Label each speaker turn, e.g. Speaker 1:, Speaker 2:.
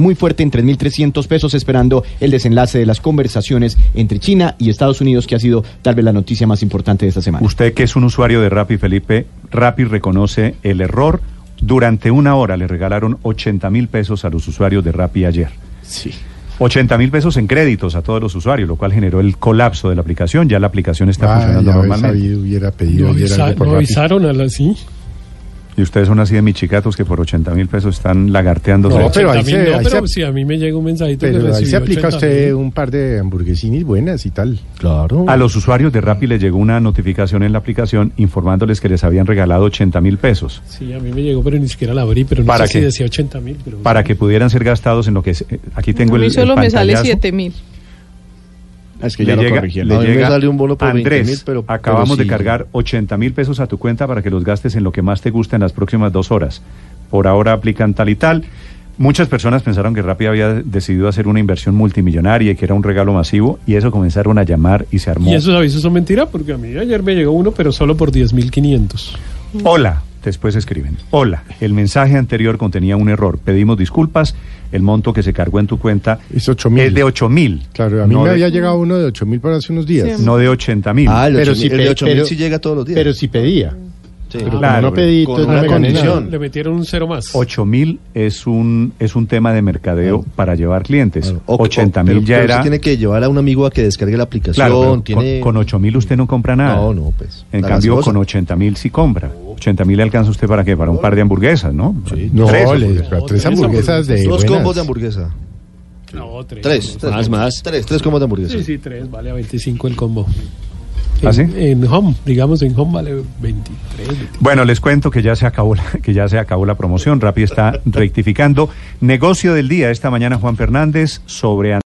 Speaker 1: Muy fuerte en 3.300 pesos esperando el desenlace de las conversaciones entre China y Estados Unidos, que ha sido tal vez la noticia más importante de esta semana.
Speaker 2: Usted que es un usuario de Rappi, Felipe, Rappi reconoce el error. Durante una hora le regalaron 80 mil pesos a los usuarios de Rappi ayer.
Speaker 1: Sí.
Speaker 2: 80 mil pesos en créditos a todos los usuarios, lo cual generó el colapso de la aplicación. Ya la aplicación está
Speaker 3: Ah,
Speaker 2: funcionando normalmente.
Speaker 3: Sabido, hubiera pedido
Speaker 4: No,
Speaker 3: ayer
Speaker 4: avisa-
Speaker 3: algo por
Speaker 4: no
Speaker 3: Rappi.
Speaker 4: avisaron a la sí.
Speaker 2: Y ustedes son así de michicatos que por 80 mil pesos están lagarteando.
Speaker 3: No, pero ahí
Speaker 4: 80.000,
Speaker 3: se-
Speaker 4: no,
Speaker 3: ahí
Speaker 4: pero
Speaker 3: se-
Speaker 4: si a mí me llega un mensajito que
Speaker 3: Pero ahí
Speaker 4: recibí
Speaker 3: se aplica
Speaker 4: 80.000.
Speaker 3: usted un par de hamburguesinis buenas y tal.
Speaker 1: Claro.
Speaker 2: A los usuarios de Rappi les llegó una notificación en la aplicación informándoles que les habían regalado 80 mil pesos
Speaker 4: Sí, a mí me llegó, pero ni siquiera la abrí, pero no
Speaker 2: ¿Para
Speaker 4: sé si
Speaker 2: qué?
Speaker 4: decía 80 mil.
Speaker 2: para que pudieran ser gastados en lo que... es- eh, Aquí tengo
Speaker 5: a
Speaker 2: el,
Speaker 5: mí
Speaker 2: el
Speaker 5: solo me sale
Speaker 2: pantallazo.
Speaker 5: 7 mil.
Speaker 1: Es que
Speaker 2: Le
Speaker 1: ya lo
Speaker 2: llega-
Speaker 1: corrigieron.
Speaker 2: le
Speaker 1: A mí me
Speaker 2: llega,
Speaker 1: sale un bono por
Speaker 2: Andrés,
Speaker 1: 20.000, pero- pero
Speaker 2: acabamos de
Speaker 1: sí.
Speaker 2: cargar 80 mil pesos a tu cuenta para que los gastes en lo que más te gusta en las próximas dos horas. Por ahora aplican tal y tal. Muchas personas pensaron que Rappi había decidido hacer una inversión multimillonaria y que era un regalo masivo y eso comenzaron a llamar y se armó.
Speaker 4: Y esos avisos son mentira, porque a mí ayer me llegó uno, pero solo por 10.500.
Speaker 2: Hola, después escriben. Hola, el mensaje anterior contenía un error. Pedimos disculpas. El monto que se cargó en tu cuenta
Speaker 3: Es 8.000.
Speaker 2: es de 8 mil.
Speaker 3: Claro, a mí
Speaker 2: no
Speaker 3: me
Speaker 2: de,
Speaker 3: había llegado uno de 8 mil para hace unos días.
Speaker 5: Sí.
Speaker 2: No de 80 mil.
Speaker 1: Ah, el
Speaker 6: Pero
Speaker 1: 8.000,
Speaker 6: si
Speaker 1: el
Speaker 6: pe-
Speaker 1: 8.000
Speaker 6: pero-
Speaker 1: llega todos los días.
Speaker 6: Pero si pedía.
Speaker 1: Sí.
Speaker 2: Pero
Speaker 3: Como
Speaker 2: Claro,
Speaker 3: no pedí,
Speaker 6: con
Speaker 3: entonces no
Speaker 6: una
Speaker 3: me gané nada.
Speaker 6: condición.
Speaker 4: Le metieron un cero más.
Speaker 2: 8 mil es un, es un tema de mercadeo para llevar clientes. 80 mil ya
Speaker 6: pero- pero
Speaker 2: era.
Speaker 6: usted tiene que llevar a un amigo a que descargue la aplicación.
Speaker 2: claro, pero
Speaker 6: tiene...
Speaker 2: con, 8 mil usted no compra nada.
Speaker 6: No, no, pues,
Speaker 2: En
Speaker 6: la
Speaker 2: cambio,
Speaker 6: gaseosa.
Speaker 2: con 80 mil sí compra. 80 mil le alcanza usted para qué? Para un par de hamburguesas, ¿no?
Speaker 3: No,
Speaker 2: Tres
Speaker 3: le-
Speaker 2: hamburguesas.
Speaker 3: pero tres
Speaker 4: No, tres
Speaker 3: hamburguesas de
Speaker 6: Dos
Speaker 3: buenas.
Speaker 6: combos de hamburguesa.
Speaker 4: No, tres.
Speaker 6: Tres.
Speaker 4: No,
Speaker 6: tres
Speaker 4: más,
Speaker 6: combos.
Speaker 4: más.
Speaker 6: Tres, tres combos de hamburguesa.
Speaker 4: Sí, sí, tres. Vale a 25 el combo.
Speaker 2: ¿Ah,
Speaker 4: En-
Speaker 2: sí?
Speaker 4: En home, digamos, en home vale 23. 24.
Speaker 2: Bueno, les cuento que ya se acabó la, que ya se acabó la promoción. Rappi está rectificando. Negocio del día esta mañana Juan Fernández sobre